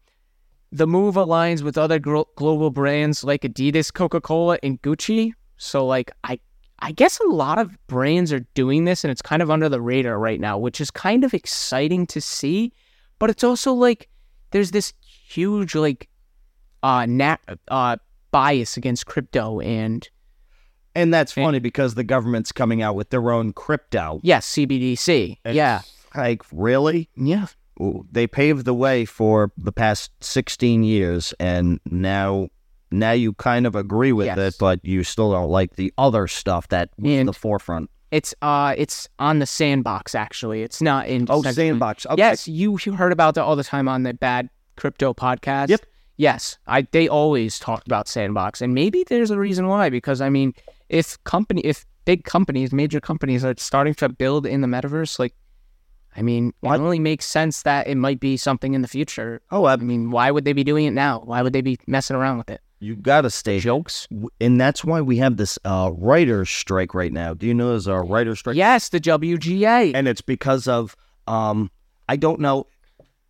B: the move aligns with other gro- global brands like Adidas, Coca Cola, and Gucci. So, like, I, I guess a lot of brands are doing this, and it's kind of under the radar right now, which is kind of exciting to see. But it's also like there's this huge like uh, nat- uh, bias against crypto and
A: And that's funny because the government's coming out with their own crypto.
B: yes, CBDC. yeah,
A: Like, really?
B: yeah.
A: Ooh, They paved the way for the past 16 years, and now now you kind of agree with
B: Yes.
A: it, but you still don't like the other stuff that was in
B: And-
A: the forefront.
B: It's uh, it's on the sandbox actually. It's not in.
A: Oh,
B: Decentraland.
A: sandbox. Okay.
B: Yes, you you heard about that all the time on the bad crypto podcast. Yep. Yes, I they always talked about sandbox, and maybe there's a reason why. Because I mean, if company, if big companies, major companies are starting to build in the metaverse, like, I mean, it only makes sense that it might be something in the future.
A: Oh, I
B: I mean, why would they be doing it now? Why would they be messing around with it?
A: you got to stay.
B: Jokes.
A: w- And that's why we have this uh, writer's strike right now. Do you know there's a writer's strike?
B: Yes, the WGA.
A: and it's because of um, I don't know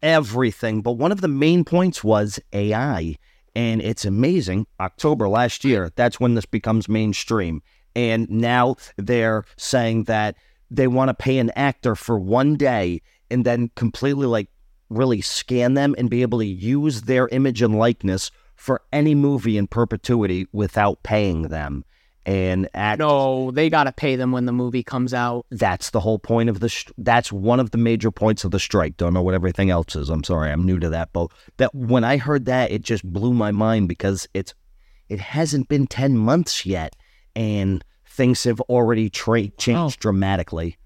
A: everything, but one of the main points was AI, and it's amazing. October last year, that's when this becomes mainstream, and now they're saying that they want to pay an actor for one day and then completely like really scan them and be able to use their image and likeness for any movie in perpetuity without paying them. And act-
B: no, they gotta pay them when the movie comes out.
A: that's the whole point of the. Sh- that's one of the major points of the strike. Don't know what everything else is. I'm sorry, I'm new to that. But that when I heard that, it just blew my mind because it's, it hasn't been ten months yet, and things have already tra- changed
B: Oh.
A: dramatically.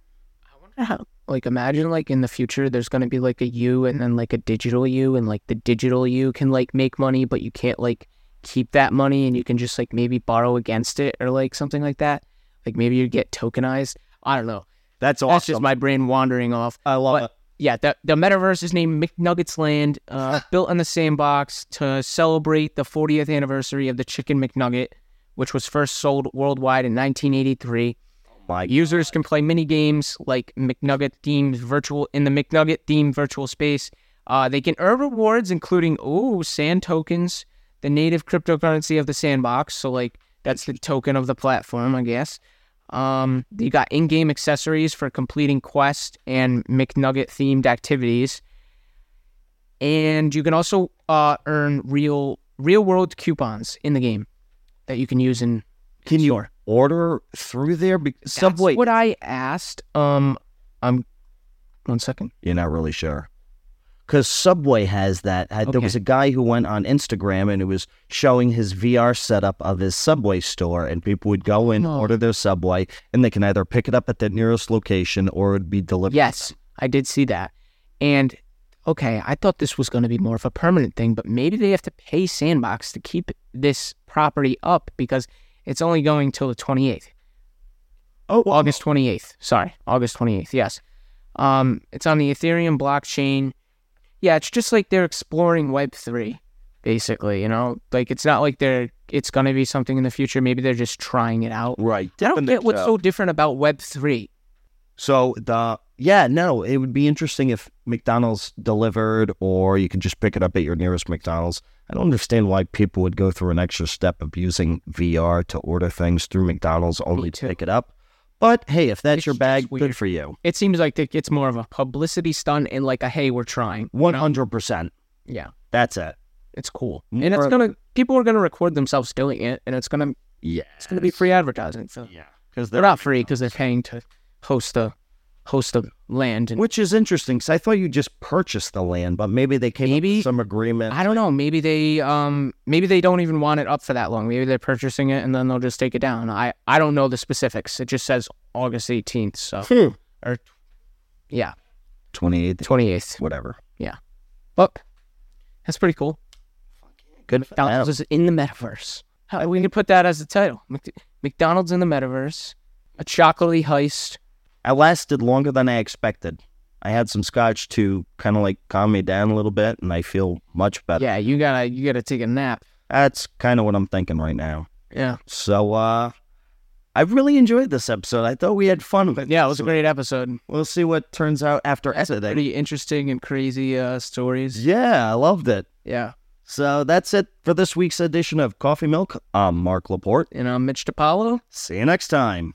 B: Like imagine like in the future there's gonna be like a you and then like a digital you and like the digital you can like make money but you can't like keep that money and you can just like maybe borrow against it or like something like that. Like maybe you get tokenized. I don't know.
A: That's
B: That's just my brain wandering off.
A: I love
B: But yeah, the, the metaverse is named McNuggets Land, uh, built on the sandbox to celebrate the 40th anniversary of the Chicken McNugget, which was first sold worldwide in 1983.
A: my
B: Users can play mini games like McNugget themed virtual in the McNugget themed virtual space. Uh, they can earn rewards, including ooh sand tokens, the native cryptocurrency of the sandbox. So like that's the token of the platform, I guess. Um, you got in-game accessories for completing quests and McNugget themed activities, and you can also uh, earn real real world coupons in the game that you can use in
A: Can you
B: Sure.
A: order through there? Be-
B: that's
A: Subway.
B: what I asked. Um, I'm one second.
A: You're not really sure. Because Subway has that. I, There
B: Okay.
A: was a guy who went on Instagram and it was showing his VR setup of his Subway store, and people would go in,
B: No.
A: order their Subway, and they can either pick it up at the nearest location or it would be delivered.
B: Yes, I did see that. And okay, I thought this was going to be more of a permanent thing, but maybe they have to pay Sandbox to keep this property up because it's only going till the 28th.
G: Oh, wow.
B: August 28th. Sorry, August 28th. Yes. Um, it's on the Ethereum blockchain. Yeah, it's just like they're exploring Web3, basically, you know? Like, it's not like they're, it's going to be something in the future. Maybe they're just trying it out.
A: Right.
B: I don't get what's so different about Web3.
A: So the yeah, no, it would be interesting if McDonald's delivered or you could just pick it up at your nearest McDonald's. I don't understand why people would go through an extra step of using VR to order things through McDonald's only to
B: too.
A: pick it up. But hey, if that's
B: It's
A: your bag,
B: just weird.
A: good for you.
B: It seems like it- it's more of a publicity stunt and like a, hey, we're trying.
A: One hundred percent.
B: Yeah,
A: That's it.
B: it's cool.
A: Mm,
B: And it's
A: or-
B: going to, people are going to record themselves doing it and it's going to,
A: Yeah.
B: it's going to be free advertising for them.
A: Yeah. Because
B: They're not free because they're paying to host the host the land. And
A: which is interesting because I thought you just purchased the land, but maybe they came up
B: Maybe-
A: with some agreement.
B: I don't know. Maybe they um maybe they don't even want it up for that long. Maybe they're purchasing it and then they'll just take it down. I I don't know the specifics. It just says August eighteenth. So
A: Hmm.
B: or yeah,
H: Twenty eighth,
B: twenty eighth.
H: whatever.
B: But that's pretty cool.
A: Good. for them.
B: McDonald's is in the metaverse. How- We can put that as the title. Mc- McDonald's in the metaverse. A chocolatey heist.
A: I lasted longer than I expected. I had some scotch to kind of like calm me down a little bit, and I feel much better.
B: Yeah, you gotta you gotta take a nap.
A: That's kind of what I'm thinking right now.
B: Yeah,
A: So, uh, I really enjoyed this episode. I thought we had fun with
B: yeah. It was a great episode.
A: We'll see what turns out after editing.
B: Pretty interesting and crazy uh, stories.
A: Yeah, I loved it.
B: Yeah.
A: So that's it for this week's edition of Coffee Milk. I'm Mark Laporte.
B: And I'm Mitch DiPaolo.
A: See you next time.